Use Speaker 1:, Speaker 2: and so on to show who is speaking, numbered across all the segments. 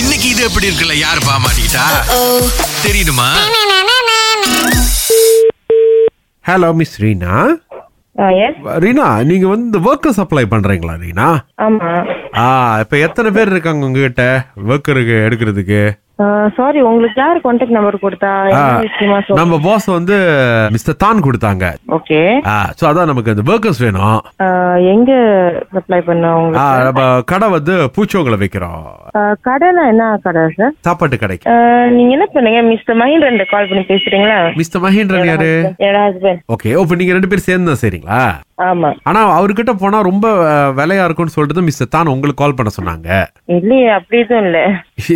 Speaker 1: இன்னைக்கு இது எப்படி இருக்குல்ல யாரு பாமாட்டா தெரியுமா
Speaker 2: hello miss Reena
Speaker 3: yes
Speaker 2: Reena நீங்க வந்து ஒர்க்கர்ஸ் அப்ளை பண்றீங்களா ரீனா
Speaker 3: ஆமா
Speaker 2: ஆ இப்ப எத்தனை பேர் இருக்காங்க உங்ககிட்ட ஒர்க்கருக்கு எடுக்கிறதுக்கு
Speaker 3: சாரி உங்களுக்கு யாரு கான்டாக்ட் நம்பர் கொடுத்தா என்ன விஷயமா
Speaker 2: நம்ம பாஸ் வந்து மிஸ்டர் தான் கொடுத்தாங்க
Speaker 3: ஓகே
Speaker 2: ஆ சோ அதான் நமக்கு அந்த ஒர்க்கர்ஸ் வேணும்
Speaker 3: எங்க அப்ளை பண்ண
Speaker 2: ஆ,
Speaker 3: உங்களுக்கு
Speaker 2: நம்ம கடை வந்து பூச்சோங்களை வைக்கிறோம்
Speaker 3: Uh, கடைனா என்ன கடை சார்
Speaker 2: சாப்பாட்டு கடைக்கு
Speaker 3: நீங்க என்ன பண்ணுங்க மிஸ்டர் மஹிந்திரன் கால் பண்ணி பேசுறீங்களா
Speaker 2: மிஸ்டர் மகேந்திரன் யாரு
Speaker 3: என்னோட ஹஸ்பண்ட்
Speaker 2: ஓகே இப்ப நீங்க ரெண்டு பேரும் சேர்ந்து தான் சரிங்களா
Speaker 3: ஆமா
Speaker 2: ஆனா அவர்கிட்ட போனா ரொம்ப அஹ், விலையா இருக்கும்னு சொல்லிட்டு மிஸ்டர் தான் உங்களுக்கு கால் பண்ண சொன்னாங்க
Speaker 3: இல்லையே அப்படி எதுவும் இல்ல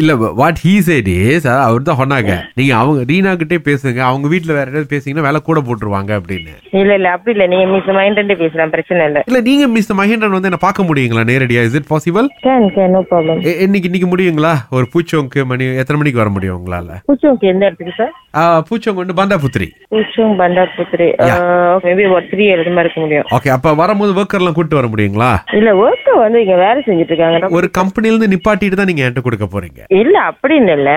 Speaker 2: இல்ல வாட் ஹீ சைட் இஸ் அவர் தான் சொன்னாங்க நீங்க அவங்க ரீனா கிட்டே பேசுங்க அவங்க வீட்ல வேற ஏதாவது பேசிங்கன்னா வேலை கூட போட்டுருவாங்க அப்படின்னு
Speaker 3: இல்ல இல்ல அப்படி இல்ல நீங்க மிஸ்டர் மஹிந்திரன் பேசலாம் பிரச்சனை இல்ல
Speaker 2: இல்ல நீங்க மிஸ் மகேந்திரன் வந்து என்ன பார்க்க முடியுங்களா நேரடியா is it possible
Speaker 3: can can no problem
Speaker 2: இன்னைக்கு இன்னைக்கு முடியுங்களா ஒரு பூச்சோங்கு மணி எத்தனை மணிக்கு வர முடியும் உங்களால
Speaker 3: பூச்சோங்க எந்த இடத்துக்கு சார்
Speaker 2: ஆஹ், பூச்சோங்கு வந்து பந்தாபுத்திரி
Speaker 3: பூச்சோங் பண்டார் புத்திரி மேபி ஒரு த்ரீ எழுத மாதிரி இருக்க முடியும்
Speaker 2: ஓகே அப்ப வரும்போது ஒர்க்கர்லாம் கூட்டு வர முடியுங்களா
Speaker 3: இல்ல ஒர்க்க வந்து இங்க வேலை செஞ்சுட்டு இருக்காங்க
Speaker 2: ஒரு கம்பெனில இருந்து நிப்பாட்டிட்டு தான் நீங்க என்கிட்ட கொடுக்க போறீங்க
Speaker 3: இல்ல அப்படின்னு இல்ல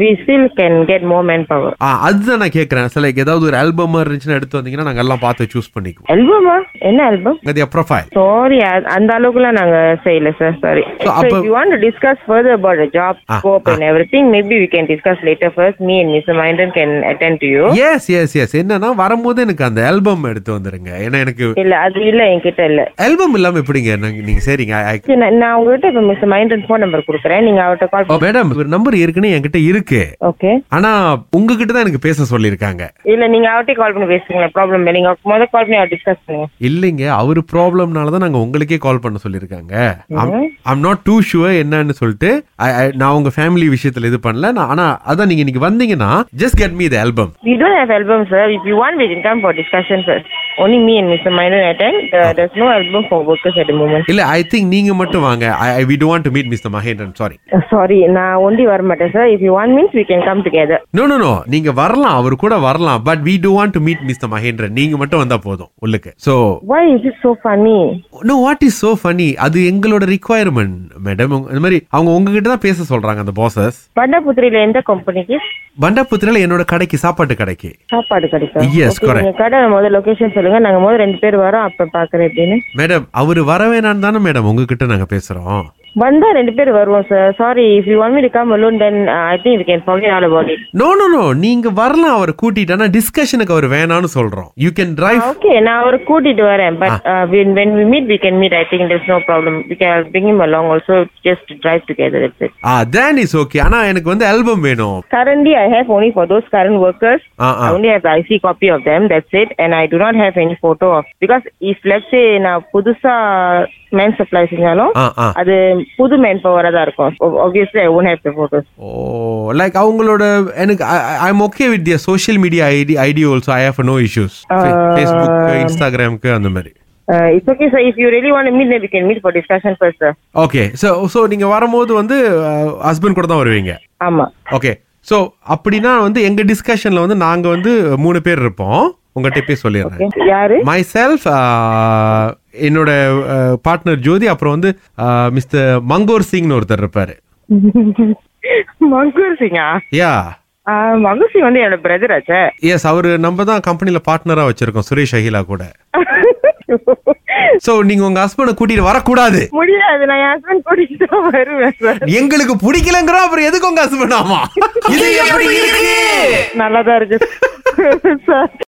Speaker 3: we still can get more man power
Speaker 2: ah அதுதான் நான் கேக்குறேன் சில ஏதாவது ஒரு ஆல்பமா இருந்துச்சுன்னா எடுத்து வந்தீங்கன்னா நாங்க எல்லாம் பார்த்து சூஸ் பண்ணிக்குவோம்
Speaker 3: ஆல்பமா என்ன ஆல்பம்
Speaker 2: அது ப்ரொஃபைல்
Speaker 3: சாரி அந்த அளவுக்குலாம் நாங்க செய்யல சார் சாரி
Speaker 2: So, அப்ப-
Speaker 3: you want to discuss further about job
Speaker 2: Ah,
Speaker 3: scope and everything maybe we can discuss later first me and miss மைண்டன் can attend to you
Speaker 2: yes yes yes என்னன்னா வரும்போது எனக்கு அந்த album எடுத்து வந்துருங்க ஏன்னா எனக்கு
Speaker 3: இல்ல அது இல்ல என்கிட்ட இல்ல
Speaker 2: ஆல்பம் இல்லாம எப்படிங்க நாங்க- நீங்க சரிங்க I- I-
Speaker 3: சரி, நான் நான் உங்ககிட்ட இப்ப மிஸ் மைண்டன் ஃபோன் நம்பர் கொடுக்குறேன் நீங்க அவர்ட்ட கால்
Speaker 2: மேடம் oh, ஒரு நம்பர் இருக்குன்னு என்கிட்ட இருக்கு
Speaker 3: ஓகே
Speaker 2: ஆனா உங்ககிட்ட தான் எனக்கு பேச சொல்லியிருக்காங்க
Speaker 3: இல்ல நீங்க அவர்ட்டே கால் பண்ணி பேசுங்களேன் ப்ராப்ளம் இல்லை நீங்க முத கால் பண்ணி அவர் டிஸ்கஸ் பண்ணுங்க
Speaker 2: இல்லைங்க அவர் ப்ராப்ளம்னால தான் நாங்க உங்களுக்கே கால் பண்ண சொல்லியிருக்காங்க ஐம் நாட் டூ ஷுவர் என்னன்னு சொல்லிட்டு I- I- நான் உங்க ஃபேமிலி விஷயத்துல இது பண்ணல நான் ஆனா அதான் நீங்க இன்னைக்கு வந்தீங்கன்னா just get me the album
Speaker 3: We don't have album, sir. If you want, we can come for discussion first. Only me and Mr. Minor attend. Uh, There's no album for workers at the moment.
Speaker 2: இல்ல I think நீங்க மட்டும் வாங்க I we don't to meet mister Mahendran sorry
Speaker 3: Uh, sorry, நான் ஒண்டி வர மாட்டேன் sir if you want means we can come together
Speaker 2: no no no நீங்க வரலாம் அவர் கூட வரலாம் but we to want to meet mister Mahendran நீங்க மட்டும் வந்தா போதும் உள்ளுக்கு so
Speaker 3: why is it so funny
Speaker 2: no what is so funny அது எங்களோட ரிக்குவயர்மெண்ட் மேடம் இந்த மாதிரி அவங்க உங்ககிட்ட தான் பேச சொல்றாங்க அந்த பாசஸ்
Speaker 3: பண்டபுத்திரியில எந்த கம்பெனிக்கு
Speaker 2: பண்டாபுத்திரில என்னோட கடைக்கு சாப்பாட்டு கடைக்கு
Speaker 3: சாப்பாடு கிடைக்கும்
Speaker 2: Yes,
Speaker 3: Okay,
Speaker 2: correct.
Speaker 3: நீங்க கடை முதல் லொகேஷன் சொல்லுங்க நாங்க முதல் ரெண்டு பேர் வரோம் அப்ப பாக்குறேன் அப்படின்னு
Speaker 2: மேடம் அவர் வர வேணாம்னு தானே மேடம் உங்ககிட்ட நாங்க பேசுறோம்
Speaker 3: வந்தா ரெண்டு பேர் வருவோம் sir sorry if you want me to come alone then I think we can forget all about it
Speaker 2: no no no நீங்க வரலாம் அவர் கூட்டிட்டானா டிஸ்கஷனுக்கு அவர் வேணாம்னு சொல்றோம் யூ கேன் டிரைவ்
Speaker 3: ஓகே நான் அவரை கூட்டிட்டு வரேன் but when when we meet we can meet i think there's no problem we can I'll bring him along also just to drive together that's it
Speaker 2: ah then is okay ஆனா எனக்கு வந்து album வேணும்
Speaker 3: currently i have only for those current workers
Speaker 2: ah ah
Speaker 3: I only have the IC copy of them, that's it, and I do not have any photo of because if let's say நான் புதுசா man supply செஞ்சாலும்
Speaker 2: ஆ ஆ
Speaker 3: அது புது man பவரா தான் இருக்கும் obviously I won't have the photos.
Speaker 2: Oh like அவங்களோட எனக்கு I'm okay with their social media ID ID also I have no issues Facebook இன்ஸ்டாகிராமுக்கு அந்த மாதிரி
Speaker 3: Uh, it's okay sir, if you really want to meet then we can meet for discussion first sir.
Speaker 2: Okay so so நீங்க வரும்போது வந்து husband கூட தான் வருவீங்க
Speaker 3: ஆமா
Speaker 2: ஓகே ஸோ அப்படின்னா வந்து எங்க டிஸ்கஷன்ல வந்து நாங்க வந்து மூணு பேர் இருப்போம் உங்ககிட்ட போய் சொல்லிடுறேன்
Speaker 3: Okay. யாரு
Speaker 2: மை செல்ஃப் uh, என்னோட பார்ட்னர் ஜோதி அப்புறம் வந்து uh, மிஸ்டர் மங்கோர் சிங்னு ஒருத்தர் இருப்பாரு
Speaker 3: மங்கூர் சிங்கா
Speaker 2: யா
Speaker 3: மங்கூர் சிங் வந்து என்னோட பிரதர் ஆச்சே
Speaker 2: எஸ் அவரு நம்ம தான் கம்பெனில பார்ட்னரா வச்சிருக்கோம் சுரேஷ் அகிலா கூட சோ நீங்க உங்க ஹஸ்பண்ட கூட்டிட்டு வரக்கூடாது
Speaker 3: முடியாது நான் என் ஹஸ்பண்ட் கூட்டிட்டு தான் வருவேன் சார்
Speaker 2: எங்களுக்கு பிடிக்கலங்கிறோம் அப்புறம் எதுக்கு உங்க ஹஸ்பண்ட் ஆமா இது எப்படி இருக்கு
Speaker 3: நல்லா தான் இருக்கு சார்